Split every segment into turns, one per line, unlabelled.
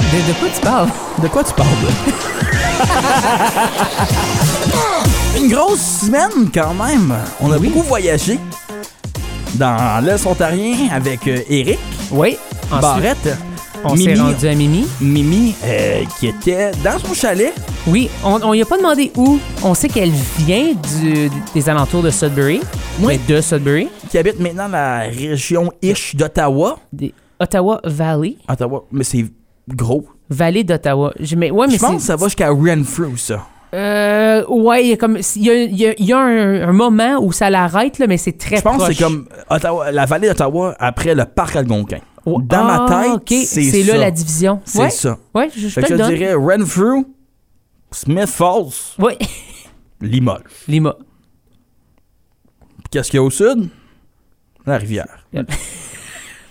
De, de quoi tu parles? De quoi tu parles? Une grosse semaine quand même. On a beaucoup voyagé dans l'Est ontarien avec euh, Eric
Oui. Ensuite,
Barrette.
on s'est
Mimi,
rendu à Mimi.
Mimi euh, qui était dans son chalet.
Oui, on on lui a pas demandé où. On sait qu'elle vient du- des alentours de Sudbury.
Oui.
Mais de Sudbury.
qui habite maintenant la région ish d'Ottawa.
Des Ottawa Valley.
Ottawa, mais c'est gros.
Vallée d'Ottawa. Je, mais, ouais, Ah, mais
Je pense que
c'est-
ça va jusqu'à Renfrew, ça.
Euh, ouais, il y a comme. Il y a, il y a- il y a un, un moment où ça l'arrête, là, mais c'est très
Je pense que
proche.
c'est comme euh, Ottawa, la vallée d'Ottawa après le parc Algonquin.
Oh,
Dans ma
ah,
tête,
ok,
c'est
C'est là
ça.
la division.
C'est
ouais,
ça.
Ouais, je, je
Fait
te
que
le
je
donne.
dirais Renfrew, Smith Falls,
Ouais.
Limoges.
Lima.
Puis Qu'est-ce qu'il y a au sud? La rivière.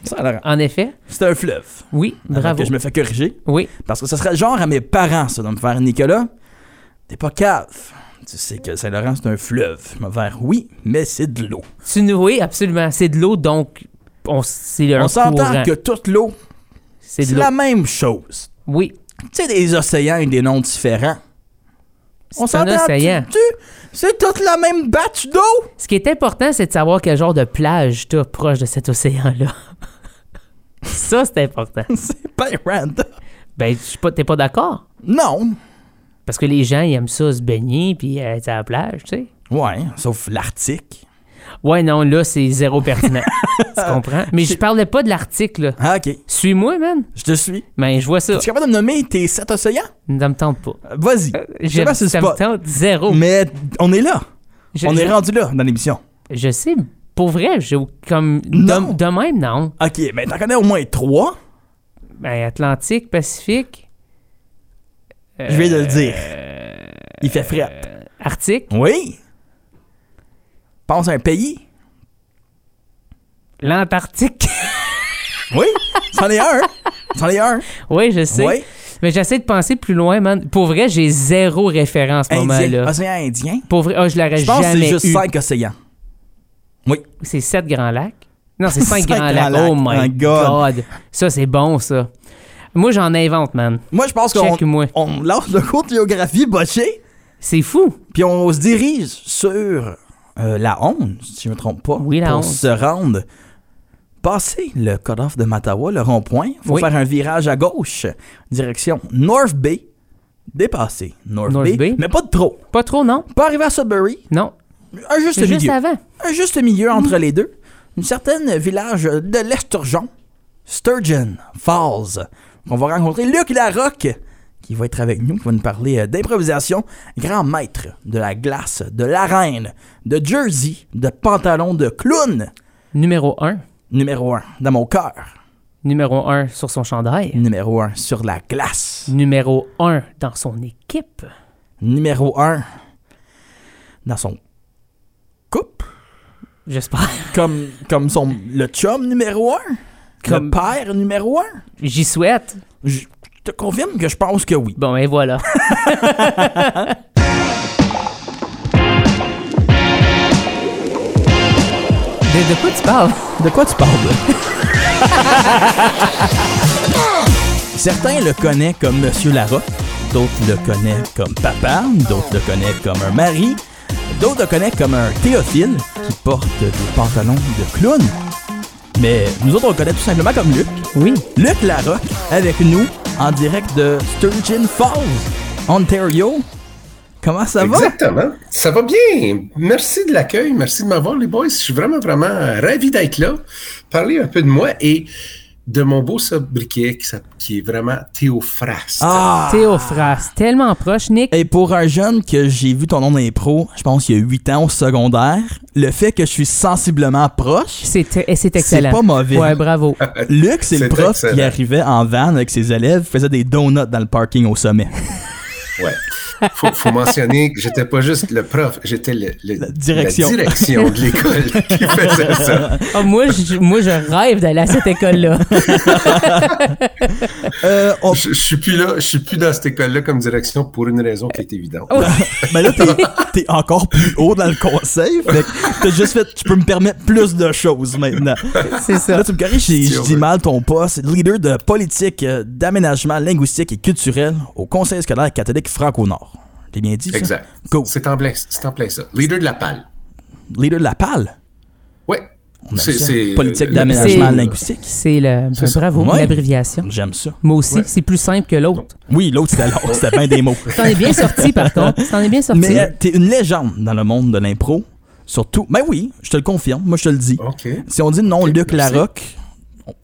Yep.
Ça a l'air-
En effet.
C'est un fleuve.
Oui,
Avant
bravo.
Que je me fais corriger.
Oui.
Parce que ce serait genre à mes parents, ça, de me faire Nicolas. T'es pas cave. Tu sais que Saint-Laurent, c'est un fleuve. Me faire oui, mais c'est de l'eau.
Tu nous- oui, absolument. C'est de l'eau, donc on, c'est un
On s'entend
courant.
que toute l'eau,
c'est
c'est
de l'eau.
la même chose.
Oui.
Tu sais, des océans et des noms différents. On
C'est un
s'entend.
océan.
tu- tu- C'est toute la même batch d'eau.
Ce qui est important, c'est de savoir quel genre de plage t'as proche de cet océan-là. Ça, c'est important.
C'est pas random.
Ben, je suis pas- t'es pas d'accord?
Non.
Parce que les gens, ils aiment ça se baigner puis être à la plage, tu sais.
Ouais, sauf l'Arctique.
Ouais, non, là, c'est zéro pertinent. tu comprends? Mais je parlais pas de l'Arctique, là.
Ah, ok.
Suis-moi, man.
Je te suis.
Ben, je vois ça.
Tu es capable de me nommer tes sept océans?
Ça me tente pas.
Euh, Vas-y. Je sais
J'aime-
pas si c'est
ça me
pas.
tente zéro.
Mais on est là.
Je-
on est
je-
rendu là dans l'émission.
Je sais, pour vrai, j'ai au- comme. De,
Non.
de même, non.
OK, mais t'en connais au moins trois.
Ben, Atlantique, Pacifique.
Je viens de le dire. Il fait fret.
euh, Arctique,
Oui. Pense à un pays.
l'Antarctique.
Oui. C'en est un. C'en est un.
oui, je sais.
Oui.
Mais j'essaie de penser plus loin, man. Pour vrai, j'ai zéro référence à ce
Indien.
moment-là.
Océan Indien.
Pour vrai, ah, je l'aurais
Je pense que c'est
jamais
juste
eu.
cinq océans.
C'est sept grands lacs. Non, c'est cinq
Cinq
grands
grands
lacs.
lacs.
Oh my
My God.
God. Ça, c'est bon, ça. Moi, j'en invente, man.
Moi, je pense qu'on
Check-moi.
on lance le cours de géographie botché,
C'est fou.
puis on se dirige sur euh, la 11, si je me trompe pas.
Oui, la
pour
11.
se rendre. Passer le cut-off de Mattawa, le rond-point, faut
Oui.
faire un virage à gauche, direction North Bay, dépasser North,
North
Bay,
Bay.
mais pas de trop.
Pas trop, non?
Pas arriver à Sudbury,
Non.
un juste
Juste
milieu.
avant.
Un juste milieu entre les deux. Une certaine village de l'Esturgeon, Sturgeon Falls. On va rencontrer Luc Larocque, qui va être avec nous, qui va nous parler euh, d'improvisation. Grand maître de la glace, de l'arène, de jersey, de pantalon de clown.
Numéro un.
Numéro 1 dans mon cœur.
Numéro un sur son chandail.
Numéro 1 sur la glace.
Numéro un dans son équipe.
Numéro 1 dans son couple.
J'espère.
Comme, comme son, le chum numéro 1.
Comme-
Comme père numéro 1.
J'y souhaite.
Je te confirme que je pense que oui.
Bon, et voilà. de, de quoi tu parles?
De quoi tu parles? Certains le connaissent comme Monsieur Larocque, d'autres le connaissent comme papa, d'autres le connaissent comme un mari, d'autres le connaissent comme un théophile qui porte des pantalons de clown. Mais nous autres, on le connaît tout simplement comme Luc.
Oui.
Luc Larocque avec nous en direct de Sturgeon Falls, Ontario. Comment ça va?
Exactement. Ça va bien. Merci de l'accueil. Merci de m'avoir, les boys. Je suis vraiment, vraiment ravi d'être là. Parler un peu de moi et de mon beau sobriquet qui, s'app- qui est vraiment Théophraste.
Ah! Eh.
Théophraste, tellement proche, Nick.
Et pour un jeune que j'ai vu ton nom d'impro, je pense il y a 8 ans au secondaire, le fait que je suis sensiblement proche,
C'est tr- et c'est excellent.
pas mauvais.
Ouais, bravo.
Luc, c'est le
Euh, C'est
prof
excellent.
qui arrivait en van avec ses élèves, faisait des donuts dans le parking au sommet.
Ouais. Faut, faut mentionner que j'étais pas juste le prof, j'étais le, le-
La direction.
la direction de l'école qui faisait ça.
Ah, moi, je, moi, je rêve d'aller à cette école-là.
Euh, on-
Je, je suis plus là, je suis plus dans cette école-là comme direction pour une raison qui est évidente.
Oh! Mais ben là, t'es- t'es encore plus haut dans le conseil. Fait que t'as juste fait, tu peux me permettre plus de choses maintenant.
C'est ça.
Là, tu me corriges si
Si
je
on
dis
veut.
mal ton poste. Leader de politique, euh, d'aménagement linguistique et culturel au Conseil scolaire catholique franco-nord. J'ai bien dit ça?
Exact.
Cool.
C'est en plein, c'est en plein ça. Leader de la PAL.
Leader de la PAL.
Ouais.
On aime ça. Ben, Politique d'aménagement
C'est-
linguistique.
C'est le.
C'est ça.
bravo,
Ouais.
l'abréviation.
J'aime ça.
Moi aussi, c'est plus simple que l'autre.
Oui, l'autre, c'était l'autre. C'était bien des mots.
T'en es bien sorti, par contre. T'en es bien sorti.
Mais euh, t'es une légende dans le monde de l'impro. Surtout, ben oui, je te le confirme, moi je te le dis.
OK.
Si on dit non
Ok,
Luc
merci.
Larocque,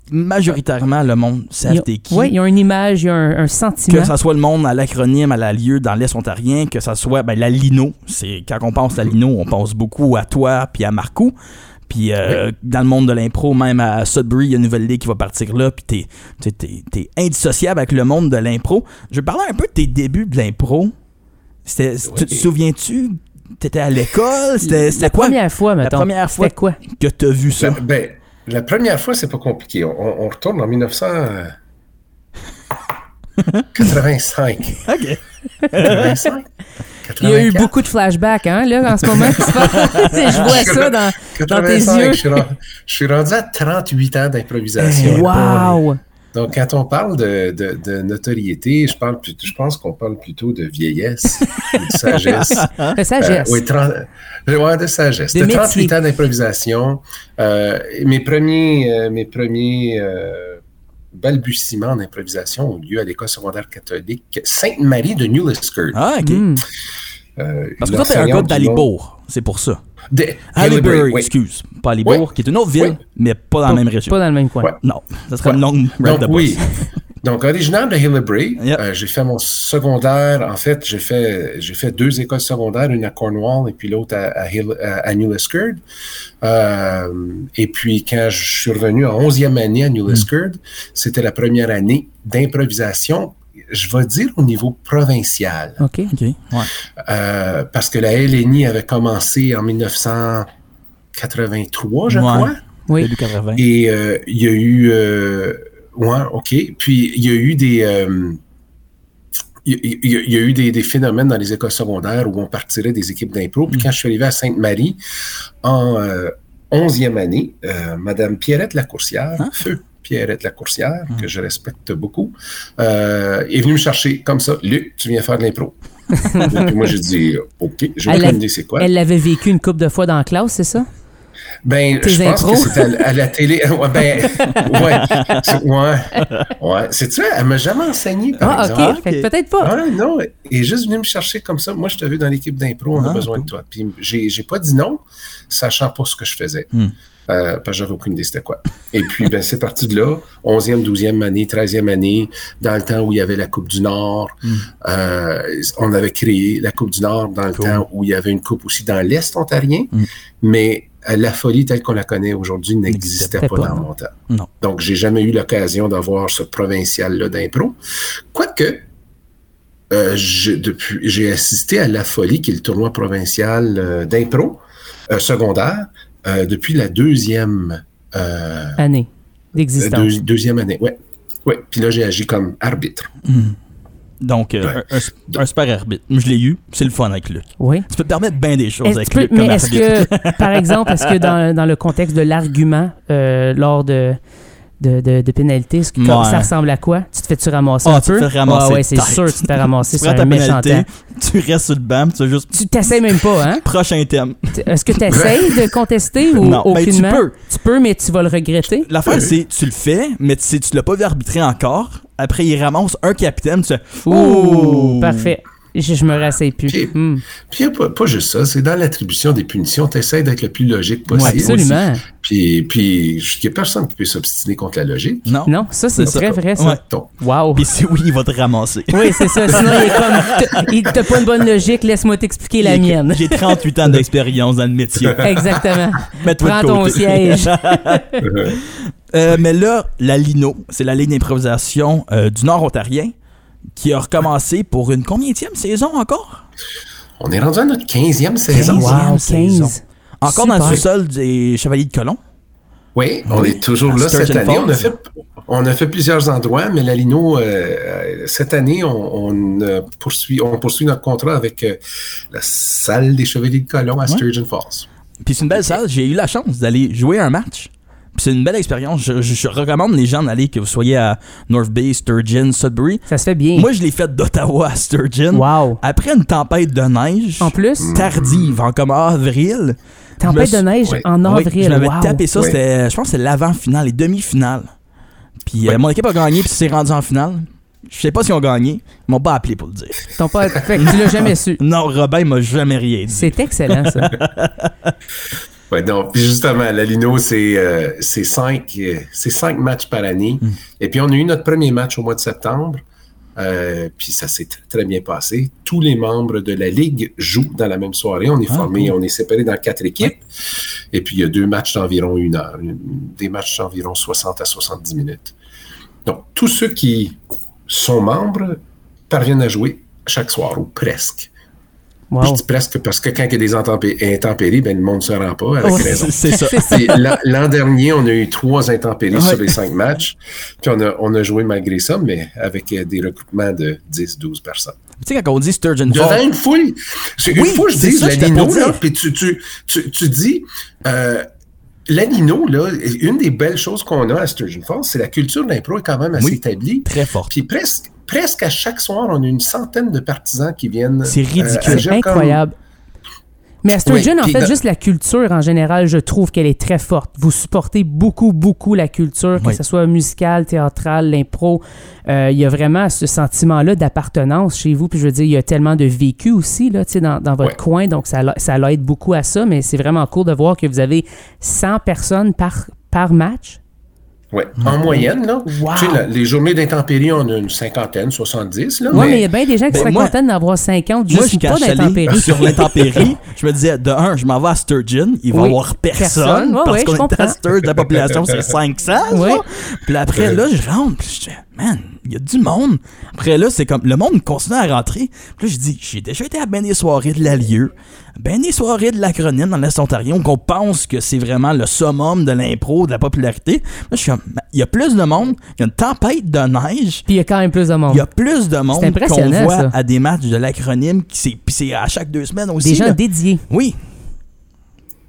majoritairement le monde
Ils
savent
ont-
t'es qui.
Ouais, ils ont une image, ils ont un, un sentiment.
Que ça soit le monde à l'acronyme, à la lieu dans l'Est ontarien, que ça soit ben, la Lino. C'est, quand on pense à la Lino, on pense beaucoup à toi puis à Marco. Puis euh, dans le monde de l'impro, même à Sudbury, il y a une nouvelle ligue qui va partir là. Puis t'es, t'es, t'es- t'es indissociable avec le monde de l'impro. Je vais parler un peu de tes débuts de l'impro. C'était, Tu te
Ouais.
souviens-tu? T'étais à l'école? C'était, c'était
la
quoi
première fois, mettons.
première fois-
C'était quoi?
que t'as vu ça?
La, ben, la première fois, c'est pas compliqué. On, on- on retourne en 1985.
OK.
85.
Il y a eu
84.
beaucoup de flashbacks, hein, là, en ce moment. qui se passe. Je vois ça dans, dans tes
85,
yeux.
Je suis, ren- je suis rendu à 38 ans d'improvisation.
Eh, Wow!
Donc, quand on parle de, de- de notoriété, je, parle plutôt- je pense qu'on parle plutôt de vieillesse, ou de sagesse.
La sagesse.
Euh, oui, 30 euh, ouais, de sagesse.
De
De,
métier.
38 ans d'improvisation. Euh, et mes premiers, euh, mes premiers euh, balbutiements d'improvisation ont lieu à l'école secondaire catholique Sainte-Marie de New Liskeard.
Ah, OK.
Hmm.
Euh,
Parce que toi, t'es un gars
l'enseignante du nom-
d'Alibourg. C'est pour ça.
de-
Halliburton,
Halliburton, oui.
excuse. Pas Halliburton,
Oui.
qui est une autre ville,
Oui.
mais pas dans la même région.
Pas dans le même coin.
Ouais.
Non, ça serait
Ouais.
une longue ride
Donc,
de bus.
oui. Donc, originaire de Hillebray,
Yep.
euh, j'ai fait mon secondaire. En fait, j'ai fait, j'ai fait deux écoles secondaires, une à Cornwall et puis l'autre à, à, Hill- à- à New Liskeard. Euh, et puis, quand je suis revenu en 11e année à New
Hmm.
Liskeard, c'était la première année d'improvisation, je vais dire au niveau provincial.
OK.
OK, ouais.
Euh, parce que la LNI avait commencé en 1983, je
Ouais.
crois.
Oui.
Début 80.
Et euh, il y a eu. euh, ouais, OK. Puis il y a eu des. euh, il y, il y a- il y a eu des, des phénomènes dans les écoles secondaires où on partirait des équipes d'impro.
Mhm.
Puis quand je suis arrivé à Sainte-Marie, en euh, 11e année, euh, Madame Pierrette Lacourcière,
Hein?
feu Pierrette Lacourcière, que
Mhm.
je respecte beaucoup, euh, est venue me chercher comme ça. Luc, tu viens faire de l'impro. Puis moi, j'ai dit, OK, j'ai
Elle
aucune
a-
idée c'est quoi.
Elle l'avait vécu une couple de fois dans la classe, c'est ça?
Ben,
Tes
je pense
impros.
que c'était à, à la télé. Ouais, ben, ouais. C'est- Ouais. Ouais. C'est-tu, elle m'a jamais enseigné, par
Ah,
exemple.
OK. Fait que Peut-être pas.
Ah, non, elle est juste venue me chercher comme ça. Moi, je te vu dans l'équipe d'impro, on
Ah,
a besoin de toi. Puis, j'ai, j'ai pas dit non, sachant pas ce que je faisais.
Hmm.
Euh, parce que j'avais aucune idée c'était quoi. Et puis, ben, c'est parti de là. 11e, 12e année, 13e année, dans le temps où il y avait la Coupe du Nord.
Hmm.
Euh, on avait créé la Coupe du Nord dans le
Cool. Hmm.
temps où il y avait une Coupe aussi dans l'Est ontarien. Mais euh, la folie telle qu'on la connaît aujourd'hui n'existait pas,
N'existait pas,
dans
non.
mon temps.
Non.
Donc, j'ai jamais eu l'occasion d'avoir ce provincial-là d'impro. Quoique, euh, j'ai- depuis, j'ai assisté à La Folie, qui est le tournoi provincial euh, d'impro euh, secondaire, euh, depuis la deuxième, euh,
Année
la
d'existence.
deux- deuxième année. Ouais. Ouais. Puis là, j'ai agi comme arbitre.
Donc, euh,
ben,
un- un, un super arbitre. Je l'ai eu, c'est le fun avec Luc.
Oui.
Tu peux te permettre bien des choses
Est-ce
avec
que-
Luc
mais
comme
est-ce
arbitre.
que, par exemple, est-ce que dans, dans le contexte de l'argument euh, lors de, de, de, de pénalité, est-ce que
Ouais.
ça ressemble à quoi? Tu te fais-tu ramasser
Ah,
un
tu te
peu?
fais ramasser
Ah, ouais,
de
c'est
tête.
sûr, tu te fais ramasser
Tu
sur
prends
un
ta
méchant
pénalité,
temps.
tu restes sur le banc, puis tu fais juste
Tu t'essayes même pas, hein?
prochain thème.
T- Est-ce que tu essayes de contester ou
Non, mais tu
aucunement?
peux.
Tu peux, mais tu vas le regretter.
L'affaire, c'est tu le fais, mais tu sais, tu l'as pas vu arbitrer encore. Après, il ramasse un capitaine, tu fais Oh!
Ouh,
Ouh.
parfait. Je, je me rassais plus.
Ok.
Hmm.
Puis, il n'y a pas, pas juste ça, c'est dans l'attribution des punitions, tu essaies d'être le plus logique
Ouais,
possible.
Absolument.
Puis, puis il n'y a personne qui peut s'obstiner contre la logique.
Non.
Non, ça, c'est
C'est
très
ça.
vrai,
Ouais.
ça.
Donc,
Wow.
Puis si oui, il va te ramasser.
Oui, c'est ça. Sinon, il est comme. t- Il t'a pas une bonne logique, laisse-moi t'expliquer la mienne.
J'ai 38 ans d'expérience dans le métier.
Exactement.
Mets-toi
Prends
de
ton
côté.
siège.
Euh, mais là, la Lino, c'est la ligne d'improvisation euh, du Nord ontarien. qui a recommencé pour une combienième saison encore?
On est rendu à notre 15e
15,
saison.
Wow,
wow, 15.
15. Encore dans
Super.
le sous-sol des Chevaliers de Colomb.
Oui, on est toujours
À
là cette
Sturgeon
année. On a,
Falls.
fait, on a fait plusieurs endroits, mais la Lino, euh, euh, cette année, on, on, euh, poursuit, on poursuit notre contrat avec euh, la salle des Chevaliers de Colomb à Sturgeon Falls.
Puis c'est une belle salle. J'ai eu la chance d'aller jouer un match. Puis c'est une belle expérience. Je, je- je recommande les gens d'aller, que vous soyez à North Bay, Sturgeon, Sudbury.
Ça se fait bien.
Moi, je l'ai faite d'Ottawa à Sturgeon.
wow.
Après une tempête de neige.
En plus,
Tardive, en comme avril. Hmm. je me
tempête
suis-
de neige
ouais.
en
Oui,
avril.
je m'avais
wow.
tapé ça,
Oui.
c'était, euh, je pense que c'est l'avant-finale, les demi-finales. Puis euh,
Oui.
mon équipe a gagné, puis c'est rendu en finale. Je sais pas si ont gagné, ils m'ont pas appelé pour le dire.
T'as pas... Fait que tu l'as jamais su.
Non, Robin m'a jamais rien dit.
C'est excellent, ça.
Ouais, donc, puis justement, la Lino, c'est euh, c'est cinq, euh, c'est cinq matchs par année.
Hmm.
Et puis, on a eu notre premier match au mois de septembre. Euh, puis ça s'est très, très bien passé. Tous les membres de la Ligue jouent dans la même soirée. On est
Ah,
formés, on est séparés dans quatre équipes. Et puis, il y a deux matchs d'environ une heure, une- des matchs d'environ 60 à 70 minutes. Donc, tous ceux qui sont membres parviennent à jouer chaque soir, ou presque. Je
Wow.
dis presque parce que quand il y a des intempé- intempéries, ben, le monde ne se rend pas avec
Ouais,
raison.
Oh, c'est- c'est ça.
C'est ça.
Et l'an- L'an dernier, on a eu trois intempéries
Ouais.
sur les cinq matchs. Puis on a, on a joué malgré ça, mais avec euh, des regroupements de 10, 12 personnes.
Tu sais, quand on dit Sturgeon
Devant
Falls,
une fouille, c'est une
Oui,
fois, je
c'est
dis
ça,
la
j'étais
Lino,
pour dire.
là, puis tu, tu, tu, tu dis, euh, la Lino, là, une des belles choses qu'on a à Sturgeon Falls, c'est la culture de l'impro est quand même assez
Oui.
établie.
très fort.
Puis presque, presque à chaque soir, on a une centaine de partisans qui viennent. euh,
C'est ridicule.
agir
C'est
comme-
incroyable. Mais à Sturgeon,
Oui,
en
puis
fait,
dans-
juste la culture en général, je trouve qu'elle est très forte. Vous supportez beaucoup, beaucoup la culture, que
Oui.
ce soit musicale, théâtrale, l'impro. Euh, Il y a vraiment ce sentiment-là d'appartenance chez vous. Puis je veux dire, il y a tellement de vécu aussi là, tu sais, dans, dans votre
Ouais.
coin, donc ça, l'a- ça l'aide beaucoup à ça. Mais c'est vraiment cool de voir que vous avez 100 personnes par, par match.
Ouais. En moyenne, là,
Wow.
tu sais, la- les journées d'intempéries, on a une cinquantaine, soixante-dix. Là,
Oui, mais il y a bien des gens qui
Ben,
seraient
moi-
contents d'avoir 50
Moi,
juste
je
pas
cache
d'intempéries.
sur l'intempérie. je me disais, de un, je m'en vais à Sturgeon, il va y
Oui.
avoir personne,
Personne. Ouais,
parce
ouais, je
qu'on est
comprends.
à Sturgeon, la population, c'est 500.
Oui.
genre. Puis après, là, je rentre, puis je dis, man, il y a du monde. Après, là, c'est comme, le monde continue à rentrer. Puis là, je dis, j'ai déjà été à ben des soirées de l'Alieu, ben des soirées de l'acronyme dans l'Est Ontario, qu'on pense que c'est vraiment le summum de l'impro, de la popularité. Là, je suis comme, il y a plus de monde, il y a une tempête de neige,
Puis il y a quand même plus de monde.
il y a plus de monde
C'est impressionnant,
qu'on voit
ça.
à des matchs de l'acronyme, qui c'est- puis c'est à chaque deux semaines aussi.
Des gens
là.
dédiés.
Oui,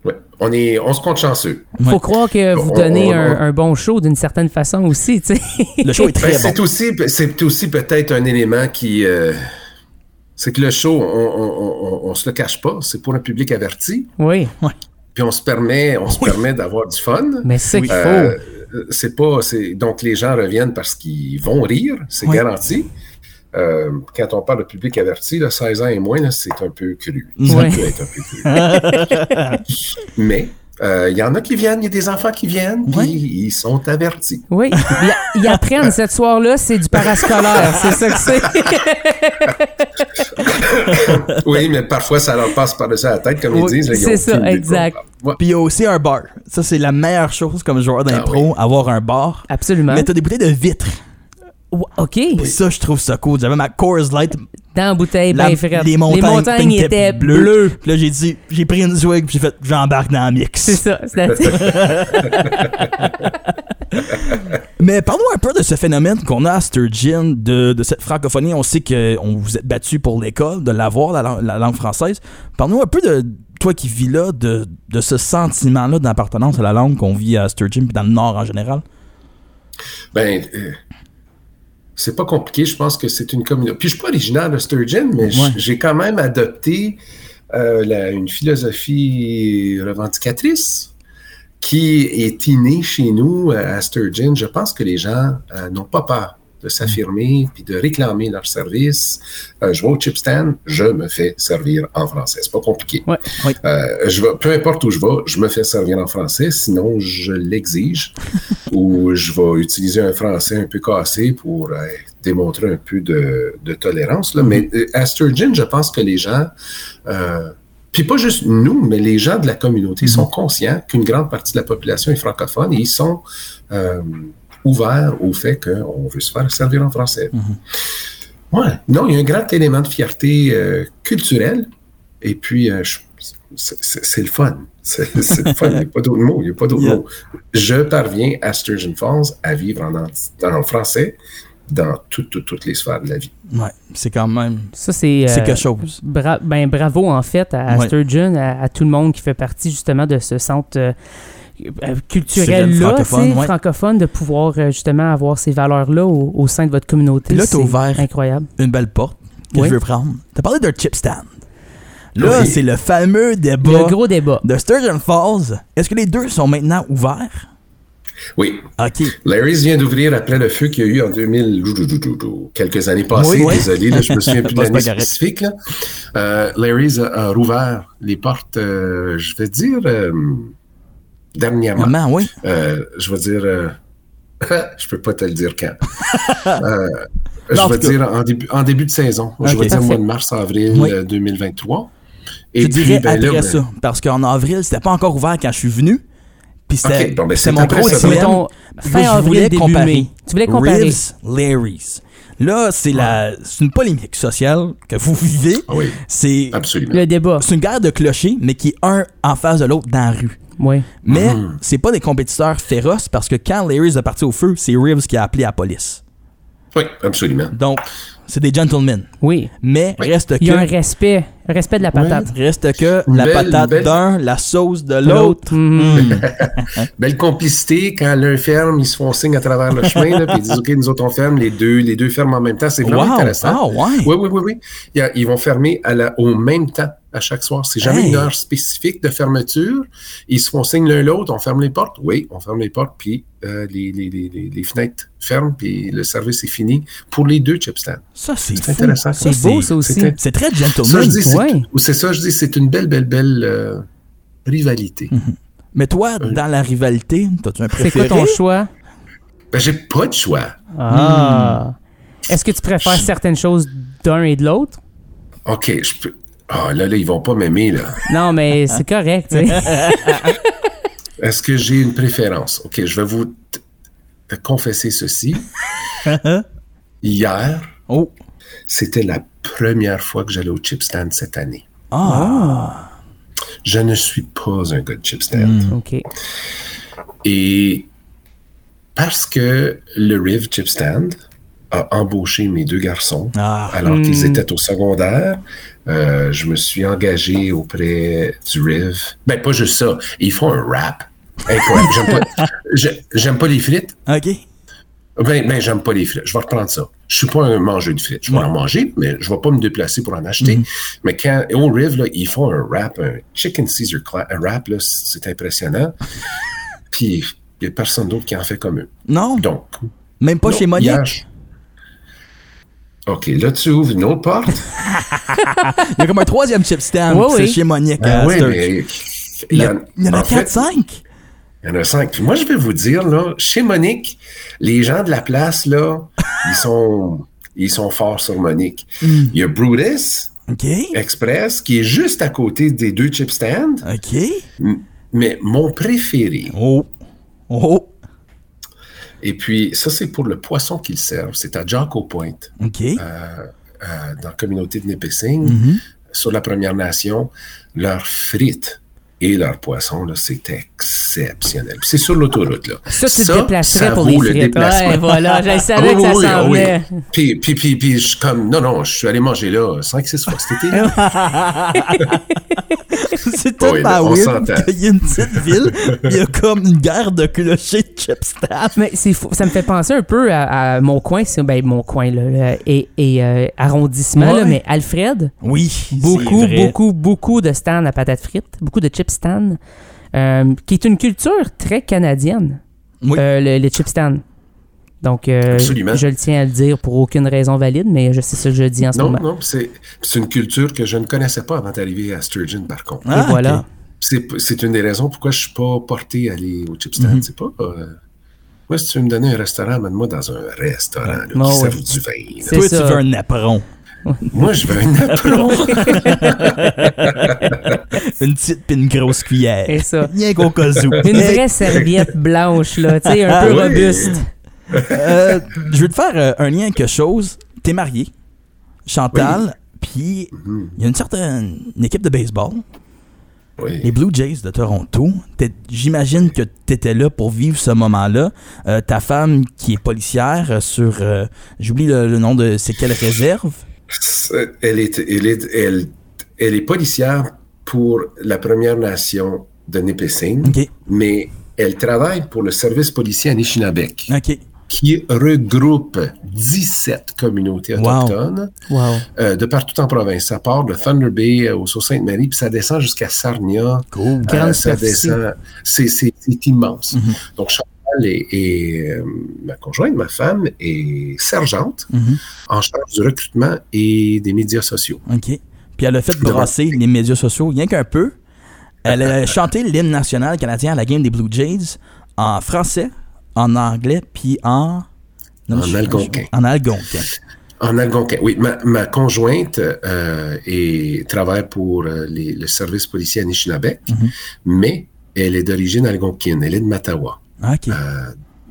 Ouais. On, est, on se compte chanceux.
Faut croire que vous
On-
donnez
on-
un,
on-
un bon show d'une certaine façon aussi, tu sais.
le show est
Ben,
très bon.
C'est aussi, c'est aussi peut-être un élément qui. euh, c'est que le show, on, on, on- on se le cache pas, c'est pour un public averti,
Oui,
puis on se permet, on se permet d'avoir du fun.
mais c'est ça qu'il faut.
Euh, c'est pas, c'est donc les gens reviennent parce qu'ils vont rire, c'est
Oui.
garanti. Euh, quand on parle de public averti, là, 16 ans et moins, là, c'est un peu cru. Ça
Ouais.
peut être un peu cru. Mais euh, il y en a qui viennent, il y a des enfants qui viennent, puis
Ouais.
ils sont avertis.
Oui, ils- ils apprennent cette soir-là, c'est du parascolaire, c'est ça que c'est.
Oui, mais parfois, ça leur passe par-dessus la tête, comme
Oui,
ils disent. là, ils ont
c'est ça,
aucune idée de quoi on
exact.
parle. Ouais.
Puis il y a aussi un bar. Ça, c'est la meilleure chose comme
Ah
joueur d'impro, avoir un bar.
Absolument.
Mais t'as des bouteilles de vitres.
Ou- OK,
Et ça, je trouve ça cool. J'avais ma Coors Light.
dans la bouteille,
la-
Eh ben frette.
les montagnes, pink tip
étaient
bleu.
bleues.
Puis là, j'ai dit, j'ai pris une swig, puis j'ai fait, j'embarque dans la
C'est
mix.
ça, c'est la-
Mais parle-nous un peu de ce phénomène qu'on a à Sturgeon, de, de cette francophonie. On sait que on vous êtes battu pour l'école, de l'avoir, la, lang- la langue française. Parle-nous un peu de toi qui vis là, de, de ce sentiment-là d'appartenance à la langue qu'on vit à Sturgeon, puis dans le Nord en général.
Ben, euh, c'est pas compliqué. Je pense que c'est une communauté. Puis je suis pas originaire de Sturgeon, mais j-
Ouais.
j'ai quand même adopté euh, la- une philosophie revendicatrice qui est innée chez nous euh, à Sturgeon. Je pense que les gens euh, n'ont pas peur de s'affirmer puis de réclamer leur service. Euh, je vais au chip stand, je me fais servir en français. C'est pas compliqué.
Ouais,
ouais.
Euh, je vais, peu importe où je vais, je me fais servir en français, sinon je l'exige ou je vais utiliser un français un peu cassé pour euh, démontrer un peu de, de tolérance. Là. Mais euh, à Sturgeon, je pense que les gens, euh, puis pas juste nous, mais les gens de la communauté sont conscients qu'une grande partie de la population est francophone et ils sont euh, ouverts au fait qu'on veut se faire servir en français. Ouais. Non, il y a un grand élément de fierté euh, culturelle. Et puis, euh, je- c'est- c'est c'est le fun. C'est c'est le fun. Il n'y a pas d'autre mot. Il n'y a pas d'autre
Yeah.
mot. Je parviens à Sturgeon Falls à vivre en, en, en français dans tout- tout- toutes les sphères de la vie.
Ouais, c'est quand même.
Ça, c'est.
C'est
euh,
quelque chose.
bra- ben, bravo, en fait, à
Ouais.
Sturgeon, à, à tout le monde qui fait partie, justement, de ce centre euh, euh, culturel-là, tu sais,
Francophone,
francophone,
ouais.
de pouvoir, euh, justement, avoir ces valeurs-là au, au sein de votre communauté.
Puis là, t'as
C'est
ouvert.
Incroyable.
Une belle porte que
Oui.
je veux prendre. T'as parlé d'un chip stand. Là,
Oui.
c'est le fameux débat
Le gros débat.
de Sturgeon Falls. Est-ce que les deux sont maintenant ouverts?
Oui.
OK.
Larry's vient d'ouvrir après le feu qu'il y a eu en 2000, jou, jou, jou, jou, jou, quelques années passées.
Oui, oui.
Désolé, là, je me souviens plus de
Bon, c'est
l'année
pas correct.
spécifique. Là. Euh, Larry's a, a rouvert les portes, euh, je vais dire, euh, dernièrement.
Maman, oui.
Euh, je vais dire. euh, je peux pas te le dire quand. Euh,
Non, en
je vais
tout cas.
dire en début, en début de saison.
Ok.
Je vais dire
Parfait.
mois de mars-avril
Oui.
2023. Et
Je
puis,
dirais
ben, là,
après
ben,
ça. Parce qu'en avril, c'était pas encore ouvert quand je suis venu. Puis c'était
Ok, bon, ben,
c'était
c'est
mon
après
gros
ça,
dilemme.
Mettons,
Là,
fin
je voulais
avril, début
comparer.
mai. Tu voulais comparer.
Reeves, Larry's. Là, c'est la, c'est une polémique sociale que vous vivez.
Ah oui,
C'est,
absolument.
Le débat.
c'est une guerre de clochers, mais qui est un en face de l'autre dans la rue.
Oui.
Mais
Mhm.
c'est pas des compétiteurs féroces parce que quand Larry's est parti au feu, c'est Reeves qui a appelé la police.
Oui, absolument.
Donc, c'est des gentlemen.
Oui.
Mais reste
Il y a un
que,
respect. un Respect de la patate.
reste que
Une
la
belle-
patate
belle-
d'un, la sauce de l'autre.
Mhm.
Belle complicité quand l'un ferme, ils se font signe à travers le chemin, là, puis ils disent OK, nous autres on ferme, les deux, les deux ferment en même temps. C'est vraiment
Wow.
intéressant.
Ah, ouais.
Oui, oui, oui, oui. Il y a- Ils vont fermer à la- au même temps à chaque soir. C'est jamais
Hey.
une heure spécifique de fermeture. Ils se font signe l'un l'autre, on ferme les portes. Oui, on ferme les portes, puis euh, les, les- les- les- les fenêtres ferment, puis le service est fini pour les deux chip stands.
Ça, c'est,
C'est
fou.
intéressant.
Ça,
C'est beau, ça aussi.
c'était-
C'est très
Ça,
gentleman.
je dis, c'est-
ouais.
c'est ça, je dis, c'est une belle, belle, belle euh, rivalité.
Mhm. Mais toi, dans la rivalité, t'as-tu un
C'est
préféré?
quoi ton choix?
Ben, j'ai pas de choix.
Ah. Est-ce que tu préfères certaines choses d'un et de l'autre?
OK, je peux. Ah, là, là, ils vont pas m'aimer, là.
Non, mais c'est correct. tu sais.
Est-ce que j'ai une préférence? OK, je vais vous t- te confesser ceci. Hier,
Oh.
c'était la première fois que j'allais au chip stand cette année.
Ah.
Je ne suis pas un gars de chip stand.
OK.
Et parce que le Riv Chip Stand a embauché mes deux garçons
Ah.
alors qu'ils étaient au secondaire, euh, je me suis engagé auprès du Riv. Ben, pas juste ça. Ils font un rap. Incroyable. J'aime pas- j'ai- J'aime pas les frites.
OK.
Ben, ben j'aime pas les frites. Je vais reprendre ça. Je suis pas un mangeur de frites. Je vais en manger, mais je vais pas me déplacer pour en acheter.
Mhm.
Mais quand, au Riv, là, ils font un wrap, un chicken Caesar cla- un wrap, là, c'est impressionnant. Puis, il y a personne d'autre qui en fait comme eux.
Non,
Donc.
même pas
non,
chez Monique.
hier, je- OK, là, tu ouvres une autre porte.
Il y a comme un troisième chip stand.
Ouais,
puis c'est
oui.
chez Monique.
Ben
à
oui,
Sturge.
mais.
Il y, a- il y en a
en fait,
4-5.
Il y en a cinq. Puis moi, je vais vous dire, là, chez Monique, les gens de la place, là, ils sont, ils sont forts sur Monique.
Mm.
Il y a Brutus
OK.
Express qui est juste à côté des deux chip stands.
OK.
M- Mais mon préféré,
Oh. Oh.
et puis ça, c'est pour le poisson qu'ils servent, c'est à Jaco Pointe,
OK.
euh, dans la communauté de Nipissing,
Mm-hmm.
sur la Première Nation. Leurs frites et leurs poissons, là, c'est exceptionnel. Puis C'est sur l'autoroute, là.
Ça, tu te déplacerais
ça
pour les
vaut le
frites.
déplacement.
Ouais, voilà. Je
Ah
savais que ça s'en
oui,
venait.
oui. Puis, puis, puis, puis, je suis comme, non, non, je suis allé manger là 5 six fois cet été.
c'est
oh, oui,
tellement
on
weird
s'entend.
qu'il y a une petite ville, puis il y a comme une guerre de clochers de chip stand.
Ah, Mais c'est fou. Ça me fait penser un peu à, à mon coin, c'est ben, mon coin là, là, et, et, euh, arrondissement,
Ouais.
là, mais Alfred,
Oui.
beaucoup,
c'est vrai.
beaucoup, beaucoup de stands à patates frites, beaucoup de chips stands, euh, qui est une culture très canadienne,
Oui.
euh, le- les chips stands. Donc, euh,
Absolument.
je le tiens à le dire pour aucune raison valide, mais je sais ce que je dis en ce
Non,
moment.
non, c'est c'est une culture que je ne connaissais pas avant d'arriver à Sturgeon, par contre.
Ah,
et voilà.
ok.
C'est c'est une des raisons pourquoi je suis pas porté à aller au chip stand. C'est pas. euh, Moi, si tu veux me donner un restaurant, amène-moi dans un restaurant là, qui
ouais.
sert du vin. là.
C'est
Toi,
ça.
tu veux un apron.
Moi, je veux un apéro.
Une petite puis une grosse cuillère.
Et ça.
Rien qu'au cas où.
Une
Hey,
vraie serviette blanche, là, tu sais, un peu
Ah Oui.
robuste.
euh, je veux te faire euh, un lien avec quelque chose. T'es marié. Chantal, puis il y a une certaine une équipe de baseball,
Oui.
les Blue Jays de Toronto. T'es- J'imagine que tu étais là pour vivre ce moment-là. Euh, ta femme qui est policière euh, sur, euh, j'oublie le, le nom de, c'est quelle réserve?
C'est- Elle est, elle, est, elle, elle est policière pour la Première Nation de Nipissing,
Ok,
mais elle travaille pour le service policier à Nishinabek,
ok,
qui regroupe 17 communautés
Wow.
autochtones
Wow.
euh, de partout en province. Ça part de Thunder Bay euh, au Sault-Sainte-Marie, puis ça descend jusqu'à Sarnia.
cool.
Grande
Euh, ça
superficie.
descend. C'est, c'est- c'est immense. Donc, Chantal est, est, euh, ma conjointe, ma femme, est sergente
Mhm.
en charge du recrutement et des médias sociaux.
OK. Puis elle a fait brasser les médias sociaux, rien qu'un peu. Elle a chanté l'hymne national canadien à la game des Blue Jays en français, en anglais, puis en...
En algonquin.
En algonquin.
En Algonquin, oui. Ma, ma conjointe euh, est- travaille pour euh, les- le service policier à Nishinabek, mais elle est d'origine algonquine. Elle est de Mattawa.
OK.
Euh,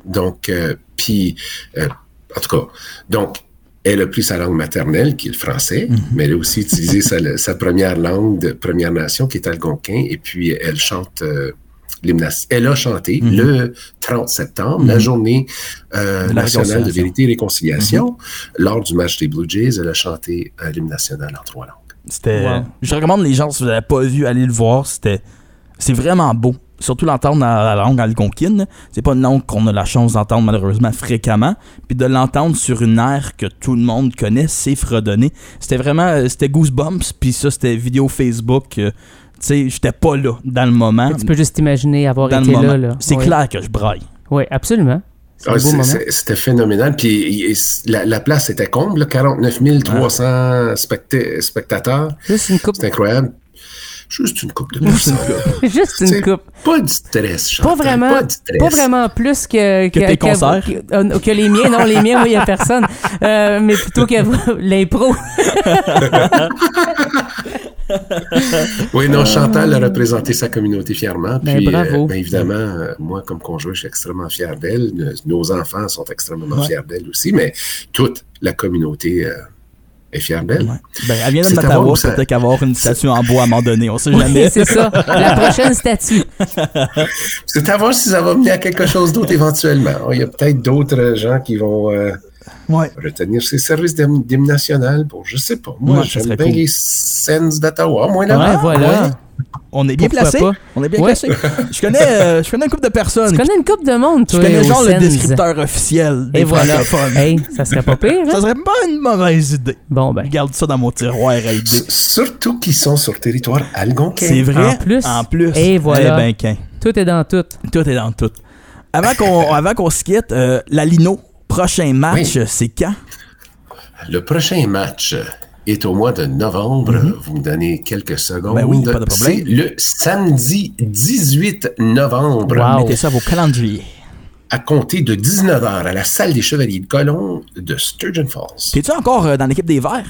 donc, euh, puis, euh, en tout cas, donc, elle a pris sa langue maternelle, qui est le français,
Mhm.
mais elle a aussi utilisé sa, sa première langue de Première Nation, qui est algonquin, et puis elle chante euh, l'hymne nas- Elle a chanté
Mhm.
le 30 septembre, la journée euh,
De la
nationale de
réconciliation.
vérité et réconciliation.
Mhm.
Lors du match des Blue Jays, elle a chanté euh, l'hymne national en trois langues.
C'était...
Wow.
Je recommande les gens, si vous l'avez pas vu, allez le voir. C'était... C'est vraiment beau. Surtout l'entendre dans la langue algonquine. C'est pas une langue qu'on a la chance d'entendre malheureusement fréquemment. Puis de l'entendre sur une aire que tout le monde connaît, c'est fredonné. C'était vraiment... euh, C'était Goosebumps. Puis ça, c'était vidéo Facebook. euh, tu sais, j'étais pas là dans le moment.
Tu peux juste t'imaginer avoir
dans le
été
moment.
là. là.
C'est
Oui.
clair que je braille.
Oui, absolument. C'est
Ah,
un beau
c'est-
moment.
c'est- C'était phénoménal. Puis il- il- la, la place était comble, là, 49 300 specta- spectateurs.
Juste une coupe.
C'est incroyable. Juste une coupe de personnes.
Juste une
C'est
coupe.
Pas du stress,
Pas
Chantal,
vraiment,
Pas, du stress.
pas vraiment plus que,
Que tes concerts.
que- euh, que les miens. Non, les miens, oui, il n'y a personne. Euh, mais plutôt que l'impro.
Oui, non, Chantal a représenté sa communauté fièrement.
Euh, Ben,
Puis,
bravo.
ben, évidemment, euh, moi, comme conjoint, je suis extrêmement fier d'elle. Nos- Nos enfants sont extrêmement fiers d'elle aussi, mais toute la communauté euh, est fière d'elle.
Ben, elle vient de
C'est à voir
Mattawa,
où ça-
peut-être qu'avoir une statue en bois à un moment donné, on sait
Oui,
jamais.
c'est ça. La prochaine statue.
C'est à voir si ça va mener à quelque chose d'autre éventuellement. Oh, Il y a peut-être d'autres gens qui vont euh,
Ouais.
retenir ces services d'hymne d'hymne national. Bon, je sais pas. Moi,
Ouais, ça
j'aime
serait
bien
cool.
les scènes d'Ottawa. Moi,
Ouais,
là-bas.
voilà.
ouais.
On est bien
Pourquoi
placé.
pas?
On est bien
Ouais.
placé. Je connais, euh, je connais une couple de personnes.
Tu connais une coupe de monde,
Je
toi.
connais
aux
genre le
Sens.
descripteur officiel des
Et voilà.
francophones.
Hey, ça serait pas pire. hein?
Ça serait pas une mauvaise idée.
Bon,
Je
ben.
garde ça dans mon tiroir à idées.
S- Surtout qu'ils sont sur territoire algonquin.
C'est vrai.
En plus.
En plus.
Et voilà.
Eh ben, qu'un.
Tout est dans tout.
Tout est dans tout. Avant qu'on avant qu'on se quitte, euh, la Lino, prochain match, c'est quand?
Ah, Le prochain match est au mois de novembre. Vous me donnez quelques secondes.
Mm-hmm. Ben oui, pas de problème.
C'est le samedi 18 novembre.
Wow.
Mettez ça à vos calendriers.
À compter de 19h à la salle des Chevaliers de Colomb de Sturgeon Falls.
T'es-tu encore euh, dans l'équipe des Verts?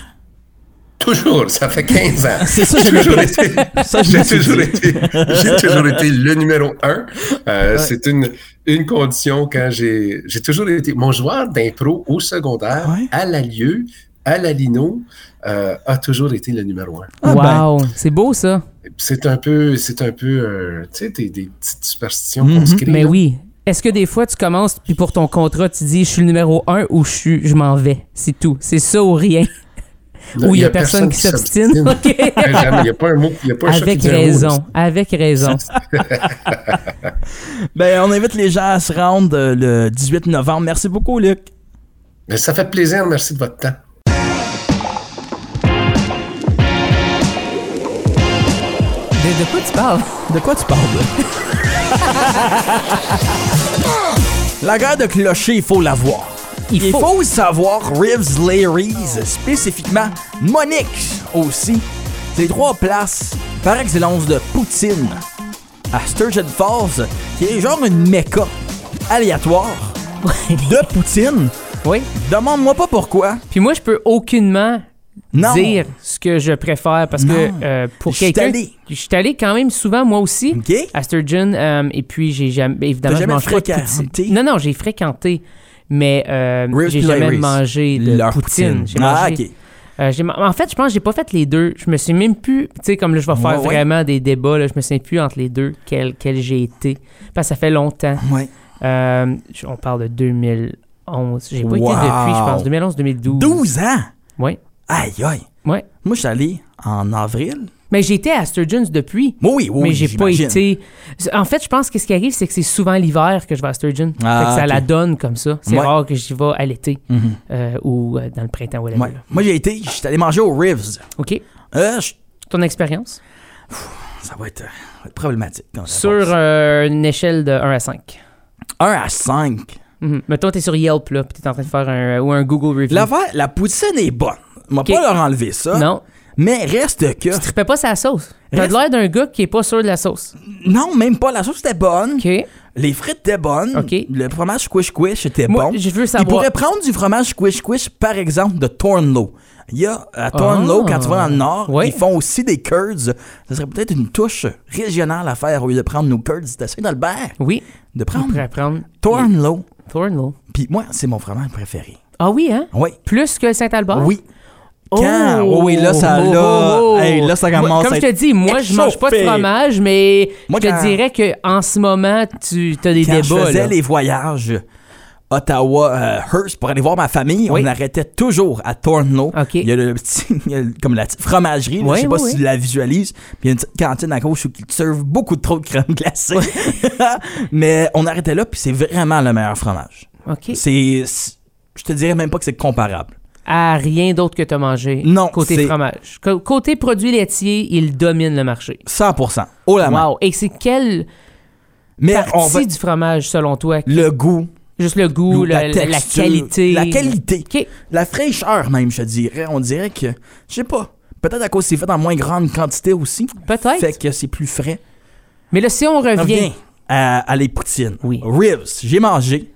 Toujours, ça fait 15 ans.
C'est ça,
J'ai
je l'ai
toujours
pris.
été,
Ça, je
j'ai
me suis
toujours
dit.
été- j'ai toujours été le numéro un. Euh, C'est une, une condition quand j'ai, j'ai toujours été mon joueur d'impro au secondaire,
Ouais.
à la lieu, à la lino, euh, a toujours été le numéro un.
Ah ben.
wow. C'est beau, ça.
C'est un peu, c'est un peu, euh, tu sais, des, des petites superstitions qu'on
Mhm.
se crée.
Mais Mm-hmm.
là.
Ben oui. Est-ce que des fois, tu commences, puis pour ton contrat, tu dis je suis le numéro un ou je, suis- je m'en vais? C'est tout. C'est ça ou rien.
Non,
ou il n'y a, personne, qui s'obstine. OK.
Ben, Jamais, Il n'y a pas un mot, il n'y a pas un chat qui
Avec
dit un mot, là.
raison. Avec raison.
Ben, on invite les gens à se rendre euh, le 18 novembre. Merci beaucoup, Luc.
Mais Ben, ça fait plaisir, merci de votre temps.
De, de quoi tu parles?
De quoi tu parles? la guerre de clocher, il faut la voir.
Il
Il
faut.
faut savoir Reeves Larry's, spécifiquement Monique aussi. C'est les trois places par excellence de Poutine à Sturgeon Falls, qui est genre une méca aléatoire de Poutine.
Oui.
Demande-moi pas pourquoi.
Puis moi, je peux aucunement
Non.
dire ce que je préfère parce
Non.
que euh, pour
Je suis
quelqu'un.
allé.
Je suis allé quand même souvent, moi aussi,
OK.
à Sturgeon. euh, et puis, j'ai jamais. ben, Évidemment,
T'as
je
jamais
mange pas de poutine.
fréquenté?
Non, non, j'ai fréquenté. Mais euh,
Reeves
j'ai jamais
Larry's.
mangé de
Leur
poutine. J'ai
Ah,
mangé,
ok.
Euh, j'ai- en fait, je pense que j'ai pas fait les deux. Je me suis même plus. Tu sais, comme là, je vais faire
Ouais, ouais.
vraiment des débats, là, je me souviens plus entre les deux quel, quel j'ai été. Parce que ça fait longtemps.
Ouais.
Euh, je- on parle de 2011. J'ai pas été
Wow.
depuis, je pense, 2011, 2012.
12 ans!
Ouais.
Aïe, aïe.
Ouais.
Moi, je suis allé en avril.
Mais j'ai été à Sturgeons depuis.
Oui, oui, oui.
mais j'ai pas
j'imagine.
été. En fait, je pense que ce qui arrive, c'est que c'est souvent l'hiver que je vais à Sturgeon.
Ah,
Fait que ça
ok.
la donne comme ça. C'est
Ouais.
rare que j'y vais à l'été
Mhm.
euh, ou euh, dans le printemps. whatever,
Ouais.
là.
Moi, j'ai été, j'étais allé manger au Rives.
OK.
Euh, je-
Ton expérience
ça, va être, euh, ça va être problématique. comme réponse.
Sur euh, une échelle de 1 à 5.
1 à 5.
Mhm. Mettons, t'es sur Yelp, là, puis t'es en train de faire un, ou un Google Review.
L'affaire, la poutine est bonne. On va
Mhm. Ok.
pas leur enlever ça.
Non,
Mais reste que.
tu tripais pas sa sauce. T'as
Reste-
de l'air d'un gars qui est pas sûr de la sauce.
Non, même pas. La sauce était bonne.
OK.
Les frites étaient bonnes.
Ok.
Le fromage squish squish était
Moi,
bon.
je veux
Ils
savoir.
pourraient prendre du fromage squish squish, par exemple, de Thornlow. Il y a à Thornlow,
Ah.
quand tu vas dans le nord,
Ouais.
ils font aussi des curds. Ce serait peut-être une touche régionale à faire au lieu de prendre nos curds de Saint-Albert,
Oui,
de
on
prendre
pourrait prendre
Thornlow.
Thornlow.
Puis moi, c'est mon fromage préféré.
Ah oui, hein?
Oui.
Plus que Saint-Albert?
Oui.
Oh!
Quand? Oh oui, là, ça- là, hey, là, ça commence
Moi, Comme
à
je te
être
dis, moi, je mange pas de
échauffé.
fromage, mais
Moi,
je te
quand-
dirais que en ce moment, tu as des
Quand
débats.
je faisais
là.
les voyages Ottawa, euh, Hearst pour aller voir ma famille,
Oui.
on arrêtait toujours à Thornlow.
OK.
Il y a le petit, il y a le- comme la petite fromagerie, là,
Oui,
je sais pas
oui,
si
oui.
tu la visualises. Puis il y a une petite cantine à gauche où ils te servent beaucoup trop de crème glacée. Mais on arrêtait là, puis c'est vraiment le meilleur fromage.
OK.
C'est, c'est- je te dirais même pas que c'est comparable.
À rien d'autre que t'as mangé.
Non, c'est-
Côté fromage. Co- Côté produits laitiers, il domine le marché.
100%. Oh la main.
Wow. Et c'est quelle
Mais on
partie
va-
du fromage, selon toi?
le goût,
Juste le goût, le-
la,
la,
texture,
qualité.
La qualité.
OK.
La fraîcheur même, je dirais. On dirait que, je sais pas, peut-être à cause que c'est fait en moins grande quantité aussi.
Peut-être.
Fait que c'est plus frais.
Mais là, si on revient...
On revient à, à les poutines.
Oui.
Ribs, j'ai mangé.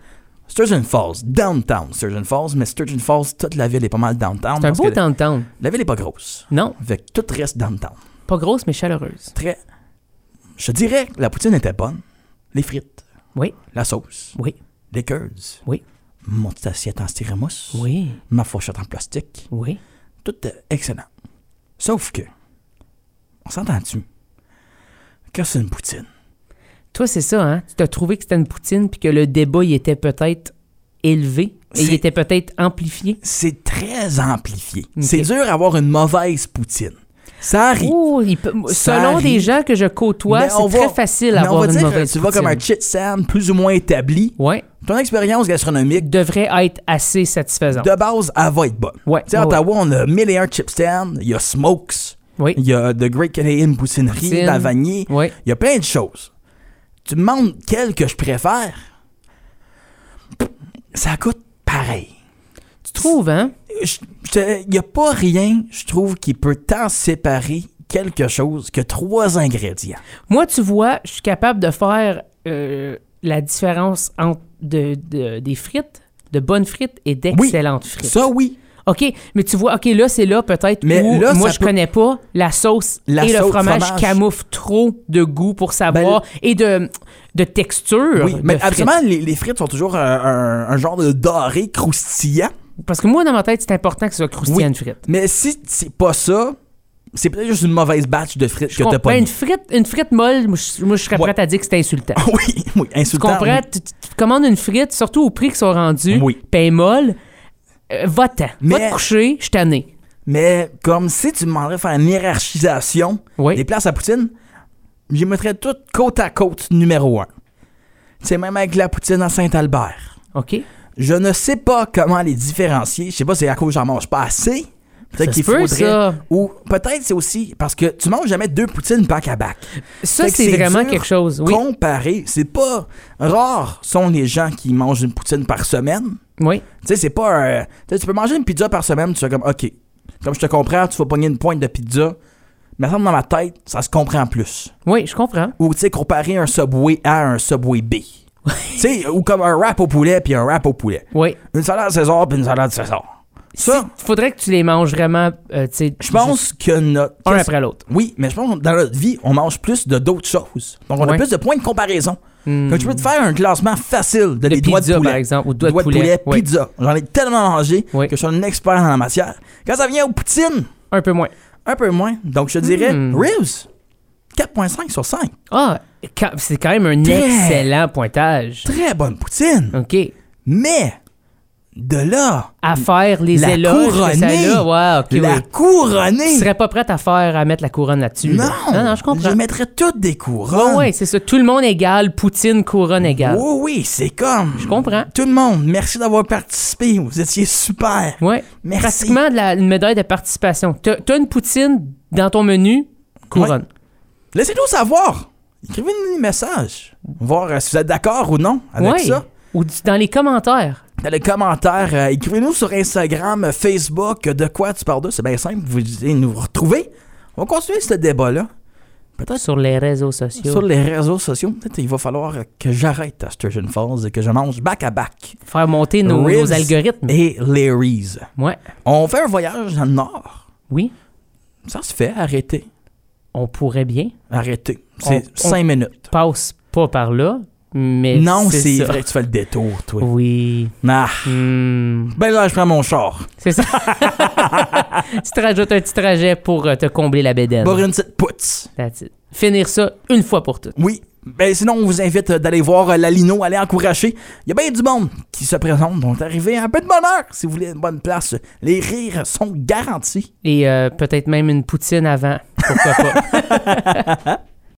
Sturgeon Falls, downtown Sturgeon Falls, mais Sturgeon Falls, toute la ville est pas mal downtown.
C'est un
parce
beau
que la-
downtown.
La ville est pas grosse.
Non,
Fait que tout reste downtown.
pas grosse, mais chaleureuse.
Très. Je dirais que la poutine était bonne. Les frites,
Oui,
la sauce,
oui,
les curds,
oui,
mon petite assiette en styrémousse,
oui,
ma fourchette en plastique.
oui.
Tout est excellent. Sauf que, on s'entend-tu que c'est une poutine?
Toi, c'est ça, hein? Tu t'as trouvé que c'était une poutine puis que le débat, il était peut-être élevé et il
C'est-
était peut-être amplifié.
C'est très amplifié.
Ok.
C'est dur d'avoir une mauvaise poutine. Ça arrive.
Oh, il peut-
Ça
selon
arrive.
des gens que je côtoie,
Mais on
c'est
va-
très facile
mais on
d'avoir
va
une
dire,
mauvaise
Tu vas comme un
poutine.
chit sam plus ou moins établi.
Ouais,
Ton expérience gastronomique,
devrait être assez satisfaisant.
de base, elle va être bonne.
Ouais,
Tu sais, à
ouais,
Ottawa, on a 1001 chip stand, il y a Smokes,
Oui,
il y a The Great Canadian Poutinerie,
Poutine.
Lavagnier,
oui.
il y a plein de choses. Tu me demandes quelle que je préfère, ça coûte pareil.
Tu trouves, hein?
Il n'y a pas rien, je trouve, qui peut tant séparer quelque chose que trois ingrédients.
Moi, tu vois, je suis capable de faire euh, la différence entre de- de- des frites, de bonnes frites et d'excellentes frites.
Ça, oui.
OK, mais tu vois, OK, là, c'est là peut-être
Mais
où
là,
moi,
ça
je
peut-
connais pas la sauce
La
et le
sauce,
fromage,
fromage. Ben,
camoufle trop de goût pour savoir et de, de texture.
oui.
Euh, de
Mais
frites.
absolument, les, les frites sont toujours un, un- un genre de doré croustillant.
Parce que moi, dans ma tête, c'est important que ce soit croustillant
Oui.
une frite.
Mais si c'est pas ça, c'est peut-être juste une mauvaise batch de frites
Je
que t'as
comprends-
pas
ben, une,
mis.
frite, une frite molle, moi, je, moi, je serais
Ouais.
prête à dire que c'est insultant.
oui, oui,
tu
insultant.
comprends? Tu, tu- tu commandes une frite, surtout au prix qu'ils sont rendus,
Oui.
paye molle, euh, va-t'en.
Mais-
Va te coucher, je t'en ai.
Mais comme si tu me demanderais de faire une hiérarchisation
Oui.
des places à poutine, j'y mettrais toutes côte à côte numéro un. Tu sais, même avec la poutine à Saint-Albert.
OK?
Je ne sais pas comment les différencier. Je sais pas si c'est à cause que j'en mange pas assez.
Ça
Peut-être
se
qu'il
peut,
faudrait.
ça.
Ou peut-être c'est aussi parce que tu manges jamais deux poutines back à back.
Ça,
Fait que
c'est vraiment
dur
quelque chose. Oui.
Comparé, c'est pas rare sont les gens qui mangent une poutine par semaine.
oui.
Tu sais, c'est pas un- tu sais, tu peux manger une pizza par semaine, tu fais comme, OK, comme je te comprends, tu vas pogner une pointe de pizza. Mais ça, dans ma tête, ça se comprend plus.
Oui, je comprends.
Ou, tu sais, comparer un Subway A à un Subway B. tu sais, ou comme un wrap au poulet puis un wrap au poulet.
Oui.
Une salade César puis une salade César. Ça,
Il faudrait que tu les manges vraiment, euh, tu sais,
je pense
juste
que notre.
un après l'autre.
Oui, mais je pense que dans notre vie, on mange plus de d'autres choses. Donc, on a
Ouais. Hmm.
plus de points de comparaison. Donc, tu peux te faire un classement facile de,
De
des doigts de
pizza,
poulet.
par exemple, ou doigts de
Doigts
poulet, oui.
pizza. J'en ai tellement mangé
Oui.
que je suis un expert en la matière. Quand ça vient aux poutines,
Un peu moins.
un peu moins. Donc, je dirais
Hmm.
ribs, 4.5 sur 5.
Ah, quand- c'est quand même un
Très-
excellent pointage.
Très bonne poutine.
OK.
Mais, de là,
À faire les
La
éloges que ça
couronnée.
a, ouais, OK,
la
oui. Tu
couronnée.
serais pas prête à faire, à mettre la couronne là-dessus.
Non,
là. non, non, je comprends.
Je mettrais toutes des couronnes.
Ouais, ouais, c'est ça. Tout le monde égal, Poutine, couronne égale.
Oui, oui, c'est comme.
Je comprends.
Tout le monde, merci d'avoir participé. Vous étiez super.
Ouais.
Merci.
Pratiquement de la, une médaille de participation. T'as t'as une Poutine dans ton menu, couronne.
Laissez-nous savoir. Écrivez-nous des messages. Voir euh, si vous êtes d'accord ou non avec
Ouais.
ça.
Ou du- dans les commentaires.
Dans les commentaires, euh, écrivez-nous sur Instagram, euh, Facebook, euh, de quoi tu parles d'eux. C'est bien simple. Vous allez nous retrouver. On va continuer ce débat-là.
Sur les réseaux sociaux.
Sur les réseaux sociaux, peut-être il va falloir euh, que j'arrête à Sturgeon Falls et que je mange back à back.
Faire monter nos, nos
Ribs
algorithmes.
Et Larry's.
Ouais.
On fait un voyage dans le nord.
Oui,
Ça se fait, arrêtez.
on pourrait bien.
Arrêtez. C'est
On- on-
5 minutes.
Passe pas par là, mais.
Non, c'est
ça. Oh.
vrai que tu fais le détour, toi.
Oui.
Ah,
Hmm.
ben là, je prends mon char.
C'est ça. tu te rajoutes un petit trajet pour euh, te combler la bédaine.
Boire une petite putz.
That's it. Finir ça une fois pour toutes.
Oui. Ben sinon, on vous invite euh, d'aller voir euh, la Lino, aller encourager. Il y a bien du monde qui se présente, donc arrivez à un peu de bonheur si vous voulez une bonne place. Les rires sont garantis.
Et euh, peut-être même une poutine avant. Pourquoi pas?